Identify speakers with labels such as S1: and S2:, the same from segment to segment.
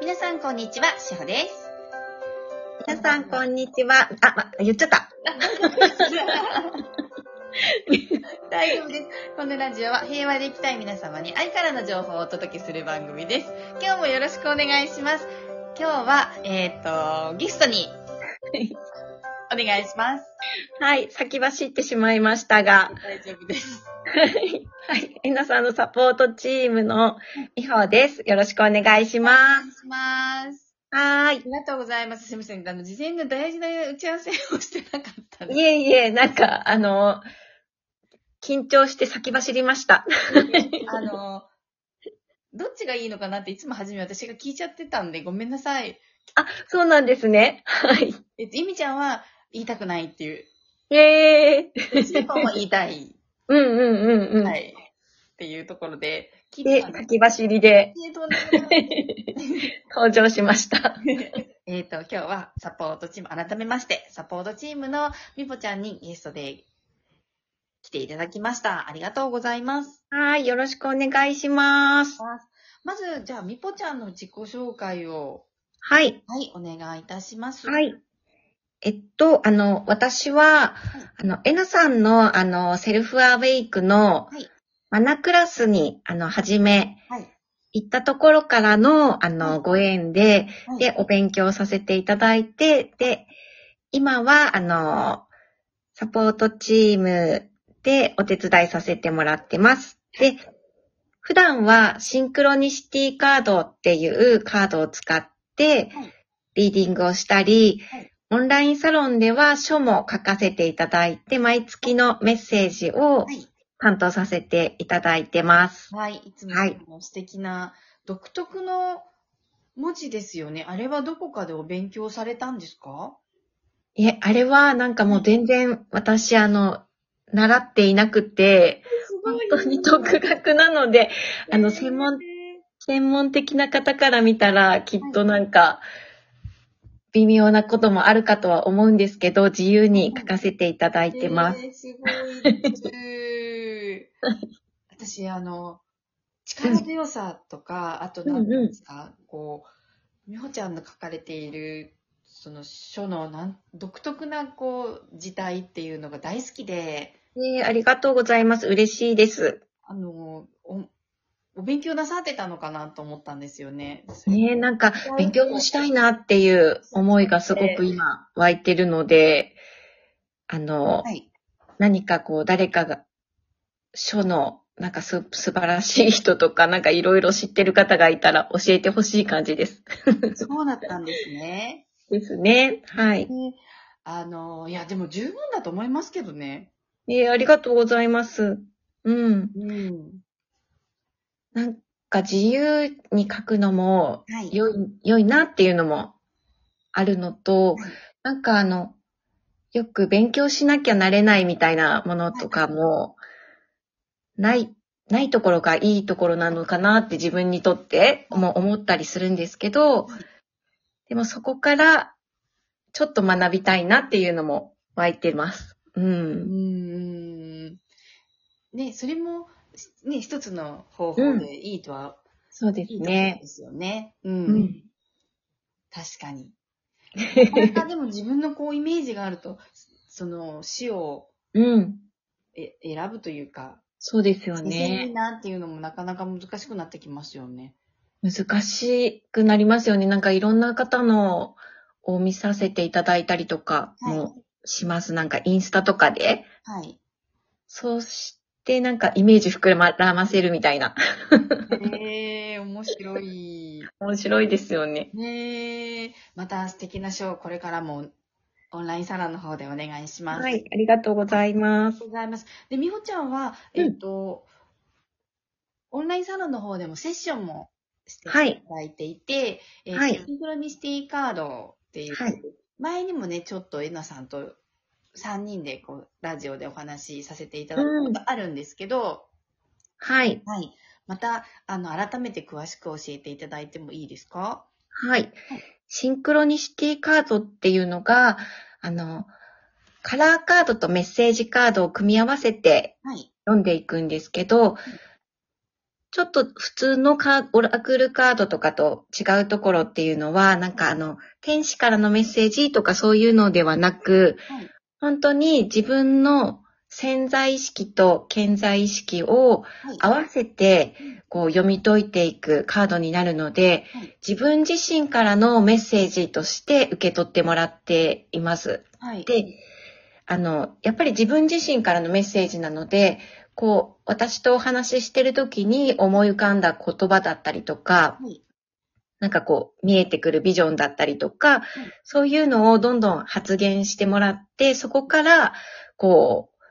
S1: 皆さんこんにちは、しほ です。
S2: 皆さん、こんにちは。あ、ま、言っちゃった。
S1: 大丈夫です。このラジオは平和で生きたい皆様に愛からの情報をお届けする番組です。今日もよろしくお願いします。今日は、えっ、と、ゲストに、お願いします。
S2: はい、先走ってしまいましたが、
S1: 大丈夫です。
S2: はい、えなさんのサポートチームのみほです。よろしくお願いし
S1: お
S2: ます。
S1: 願いします。
S2: はー
S1: ありがとうございます。すみません。あの、事前の大事な打ち合わせをしてなかったん
S2: い。
S1: で
S2: いえいえ、なんか、あの、緊張して先走りました。
S1: あの、どっちがいいのかなっていつも初め私が聞いちゃってたんで、ごめんなさい。
S2: そうなんですね。はい。
S1: えっと、ゆみちゃんは言いたくないっていう。
S2: イえー。
S1: で、ちーぽんは言いたい。
S2: うんうんうんうん。
S1: はい。っていうところで、聞いて
S2: で、
S1: たんです。
S2: 先走り で
S1: えーとんでもない
S2: 登場しました。
S1: えっと、今日はサポートチーム、改めまして、サポートチームのみぽちゃんにゲストで来ていただきました。ありがとうございます。
S2: はい、よろしくお願いします。
S1: まず、じゃあ、みぽちゃんの自己紹介を、
S2: はい。
S1: はい、お願いいたします。。
S2: はいい。えっと、あの、私は、あの、えなさんの、あの、セルフアウェイクの
S1: はい、
S2: マナクラスに、あの、始め、
S1: はい。
S2: 行ったところからの、あの、ご縁で、
S1: はい
S2: で、お勉強させていただいて、で、今は、あの、サポートチームでお手伝いさせてもらってます。で、普段はシンクロニシティカードっていうカードを使って
S1: はい、
S2: リーディングをしたり
S1: はい、
S2: オンラインサロンでは書も書かせていただいて、毎月のメッセージを
S1: はい
S2: 担当させていただいてます。
S1: はい、いつも
S2: はい
S1: いつも素敵な独特の文字ですよね。あれはどこかでお勉強されたんですか
S2: いえ、あれはなんかもう全然私あの、習っていなくて、本当に独学なので、あの、専門、専門的な方から見たら、きっとなんか、微妙なこともあるかとは思うんですけど、自由に書かせていただいてます。
S1: えーすごいです。私、あの、力強さとか、あと何ていうんですか、こう、みほちゃんの書かれている、その書のなん独特な、こう、字体っていうのが大好きで、
S2: えーありがとうございます。嬉しいです。
S1: あの、お、お勉強なさってたのかなと思ったんですよね。
S2: ねえ、なんか、勉強もしたいなっていう思いがすごく今湧いてるので、あの、
S1: はい。
S2: 何かこう、誰かが、書の、なんかす、素晴らしい人とか、なんかいろいろ知ってる方がいたら教えてほしい感じです。
S1: そうだったんですね。
S2: ですね。はい。
S1: であの、いや、でも十分だと思いますけどね。
S2: えーありがとうございます。うん。
S1: うん。
S2: なんか自由に書くのも、
S1: はい。
S2: 良い、良いなっていうのもあるのと
S1: はい、
S2: なんかあの、よく勉強しなきゃなれないみたいなものとかも、ない、ないところがいいところなのかなって自分にとっても思ったりするんですけど
S1: はい、
S2: でもそこからちょっと学びたいなっていうのも湧いてます。う。
S1: うんん。ね、それも、ね、一つの方法でいいとは、
S2: そうです
S1: いいと思うん
S2: ね。
S1: ですよね。うん。
S2: うん
S1: 確か に。なかなかでも自分のこうイメージがあると、その死を
S2: うん。
S1: え選ぶというか、
S2: そうですよ
S1: 自然に
S2: ね。
S1: なっていうのもなかなか難しくなってきますよね。
S2: 難しくなりますよね。なんかいろんな方のを見させていただいたりとか
S1: はい。
S2: もします。なんかインスタとかで。
S1: はい。
S2: そうしてなんかイメージ膨らませるみたいな。
S1: ええ面白い。
S2: 面白いですよね。
S1: ねえまた素敵な賞をこれからもオンラインサロンの方でお願いします。
S2: は
S1: あり
S2: い、ありがとうございま
S1: が
S2: す
S1: と。うございます。で、みほちゃんは、
S2: うん
S1: えっと、オンラインサロンの方でもセッションもしてい
S2: はい
S1: ただいていて、えー
S2: はい
S1: シンクロニシティカードっていう、
S2: はい
S1: 前にもね、ちょっとえなさんと3人でこうラジオでお話しさせていただいたことあるんですけど、
S2: はい、
S1: はい。また、あの、改めて詳しく教えていただいてもいいですか
S2: はい。シンクロニシティカードっていうのが、あの、カラーカードとメッセージカードを組み合わせて
S1: はい。
S2: 読んでいくんですけど、ちょっと普通のカード、オラクルカードとかと違うところっていうのは、なんかあの、天使からのメッセージとかそういうのではなく、
S1: はい
S2: 本当に自分の潜在意識と健在意識を
S1: はい
S2: 合わせて
S1: うん、
S2: こう読み解いていくカードになるので
S1: はい、
S2: 自分自身からのメッセージとして受け取ってもらっています。
S1: はい。
S2: で、あの、やっぱり自分自身からのメッセージなので、こう、私とお話ししてる時に思い浮かんだ言葉だったりとか、
S1: はい
S2: なんかこう、見えてくるビジョンだったりとか、そういうのをどんどん発言してもらって、そこから、こう、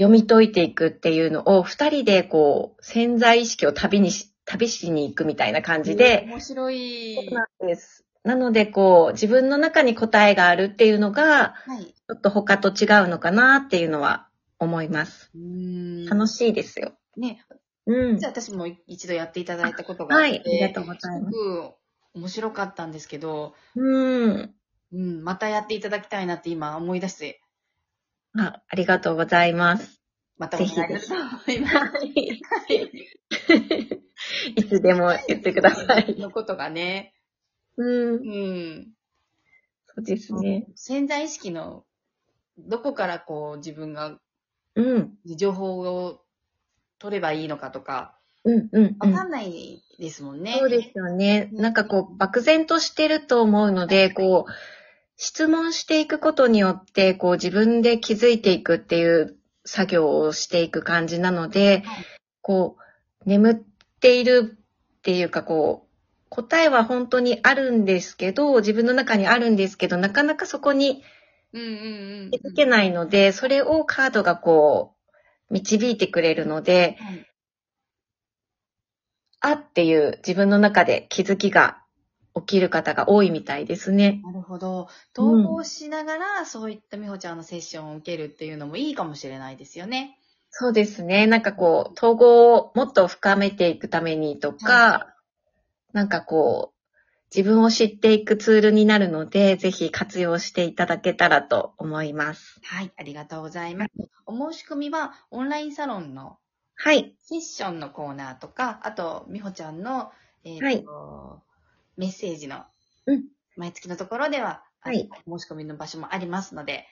S2: 読み解いていくっていうのを、二人でこう、潜在意識を旅にし、旅しに行くみたいな感じで、
S1: 面白い。
S2: そうなんです。なので、こう、自分の中に答えがあるっていうのが、
S1: はい。
S2: ちょっと他と違うのかなっていうのは思います。
S1: うーん。
S2: 楽しいですよ。
S1: い。ね。
S2: うん
S1: じ。ゃあ私も一度やっていただいたことがあっ
S2: は
S1: て。
S2: い、ありがとうございますす。
S1: ごく面白かったんですけど、
S2: うん。
S1: うん、またやっていただきたいなって今思い出して、
S2: あありがとうござ います。
S1: またお願いしたいと思います。
S2: い。いつでも言ってください。
S1: のことがね、
S2: うん
S1: う。ん。
S2: そうですね。
S1: 潜在意識の、どこからこう自分が
S2: うん。
S1: 情報を取ればいいのかとか、
S2: うん、うん、う
S1: わか
S2: ん。
S1: んないですもんね。
S2: そうですよね。
S1: うん
S2: なんかこう、漠然としてると思うので、こう、質問していくことによって、こう、自分で気づいていくっていう作業をしていく感じなので、
S1: はい
S2: こう、眠っているっていうか、こう、答えは本当にあるんですけど、自分の中にあるんですけど、なかなかそこに
S1: うんうんうん。
S2: 気づけないので、それをカードがこう、導いてくれるので、
S1: はい
S2: あっていう自分の中で気づきが起きる方が多いみたいですね。
S1: なるほど。統合しながら、そういった美穂ちゃんのセッションを受けるっていうのもいいかもしれないですよね。
S2: そうですね。なんかこう、統合をもっと深めていくためにと
S1: は
S2: か、なんかこう、自分を知っていくツールになるので、ぜひ活用していただけたらと思います。
S1: はい、ありがとうございます。お申し込みは、オンラインサロンの
S2: はい。
S1: セッションのコーナーとか、あと、美穂ちゃんの、えーと
S2: はい
S1: メッセージの、
S2: うん
S1: 毎月のところでは、あの
S2: はい
S1: お申し込みの場所もありますので、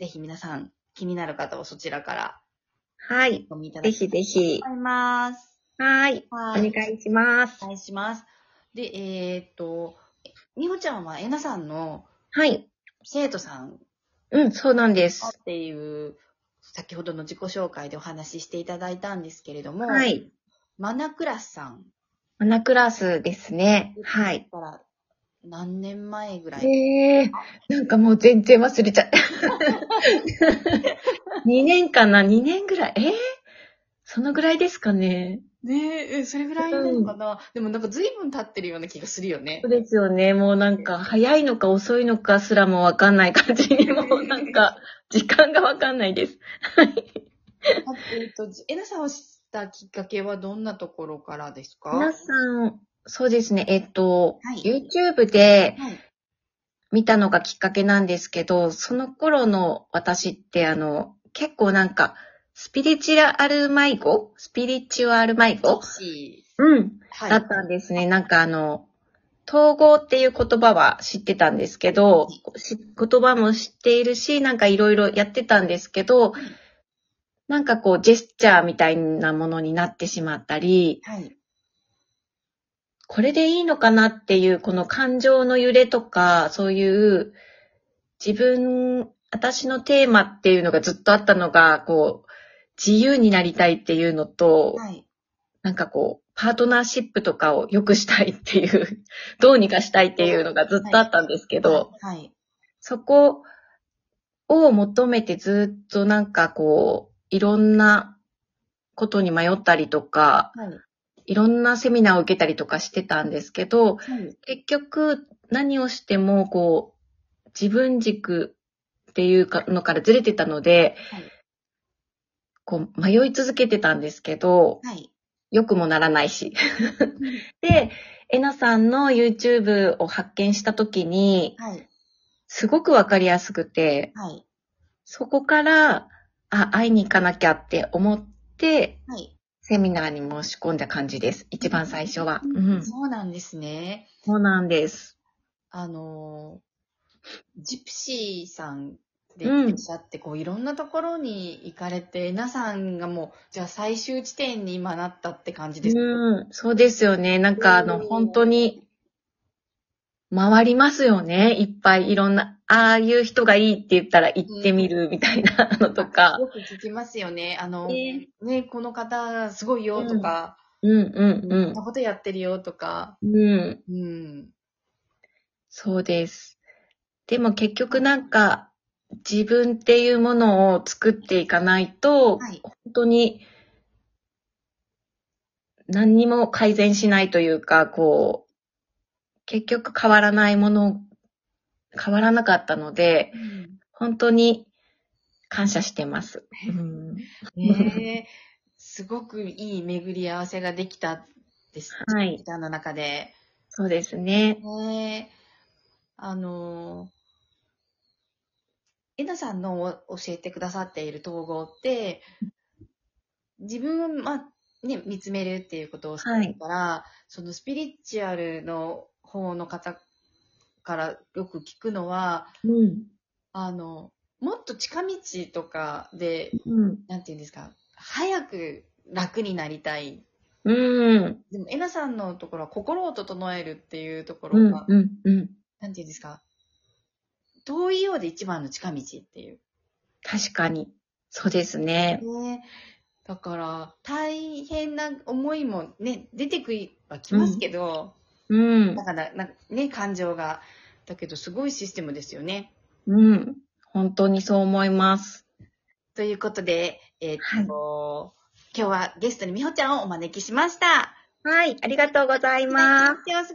S1: ぜひ皆さん、気になる方はそちらから
S2: はい。
S1: お見いただ
S2: ぜ
S1: きたい
S2: ひぜひ
S1: と。思います。
S2: はい。お
S1: はい。
S2: 願いします
S1: お。願いします。で、えーっと、美穂ちゃんはえなさんの
S2: はい。
S1: 生徒さん
S2: うん、そうなんです。
S1: っていう、先ほどの自己紹介でお話ししていただいたんですけれども、
S2: はい。
S1: マナクラスさん
S2: マナクラスですね。はい。
S1: から何年前ぐらい、
S2: ええなんかもう全然忘れちゃった。2年かな ?2 年ぐらい。ええそのぐらいですかね。
S1: ねええ、それぐらいなのかな、でもなんか随分経ってるような気がするよね
S2: そう。ですよね。もうなんか、早いのか遅いのかすらもわかんない感じに、もうなんか、時間がわかんないです。
S1: あ えーっと、えなさんを知ったきっかけはどんなところからですか
S2: 皆さん、そうですね。えっと、
S1: はい
S2: YouTube で、
S1: はい。
S2: 見たのがきっかけなんですけど、その頃の私ってあの、結構なんか、スピリチュアル迷子スピリチュアル迷子
S1: し
S2: うん。
S1: はい。
S2: だったんですね。なんかあの、統合っていう言葉は知ってたんですけど、し言葉も知っているし、なんかいろいろやってたんですけど、なんかこう、ジェスチャーみたいなものになってしまったり、
S1: はい。
S2: これでいいのかなっていう、この感情の揺れとか、そういう、自分、私のテーマっていうのがずっとあったのが、こう、自由になりたいっていうのと、
S1: はい。
S2: なんかこう、パートナーシップとかを良くしたいっていう、 どうにかしたいっていうのがずっとあったんですけど、
S1: はい。
S2: そこを求めてずっとなんかこう、いろんなことに迷ったりとか、
S1: はい。
S2: いろんなセミナーを受けたりとかしてたんですけ
S1: は
S2: ど、
S1: い。
S2: 結局何をしてもこう自分軸っていうかのからずれてたので、
S1: はい
S2: こう迷い続けてたんですけど、
S1: はい。
S2: 良くもならないし。で、えなさんの YouTube を発見した時に、
S1: はい。
S2: すごくわかりやすくて、
S1: はい。
S2: そこから、あ、会いに行かなきゃって思って、
S1: はい。
S2: セミナーに申し込んだ感じです。一番最初は。うん。そ
S1: そうなんですね。
S2: うなんです。
S1: あの、ジプシーさんでいらっしゃって、こういろんなところに行かれて、皆さんがもう、じゃあ最終地点に今なったって感じです。
S2: うん。そうですよね。なんかあの、本当に、回りますよね。いっぱいいろんな、ああいう人がいいって言ったら行ってみるみたいなのとか。
S1: よく聞きますよね。あの、
S2: ね
S1: ね、この方すごいよとか、
S2: うん
S1: こ
S2: うんん
S1: なことやってるよとか、
S2: うん。うん。
S1: うん。
S2: そうです。でも結局なんか、自分っていうものを作っていかないと、
S1: はい
S2: 本当に何にも改善しないというか、こう、結局変わらないもの、変わらなかったので、本当に感謝してます。うん
S1: ねえ、すごくいい巡り合わせができたです。
S2: はい。
S1: 歌の中で。
S2: そうですね。
S1: ねえ、あの、えなさんの教えてくださっている統合って、自分を、まあ、ね、見つめるっていうことをした
S2: はい
S1: から、そのスピリチュアルの方の方からよく聞くのは、
S2: うん。
S1: あの、もっと近道とかで、
S2: うん。
S1: なんていうんですか、早く楽になりたい。
S2: うん。
S1: でも、えなさんのところは心を整えるっていうとこ
S2: う
S1: ろ
S2: ん
S1: が、。
S2: うん。うん。
S1: なんていうんですか、遠いようで一番の近道っていう。
S2: 確かに。そうですね。
S1: ね。だから、大変な思いもね、出てくるはきますけど、
S2: うん
S1: だ。から、なんかね、感情が。だけど、すごいシステムですよね。
S2: うん。本当にそう思います。
S1: ということで、えっと、今日はゲストにみほちゃんをお招きしました。
S2: はい、ありがとうござい
S1: い
S2: ます。
S1: お過ごし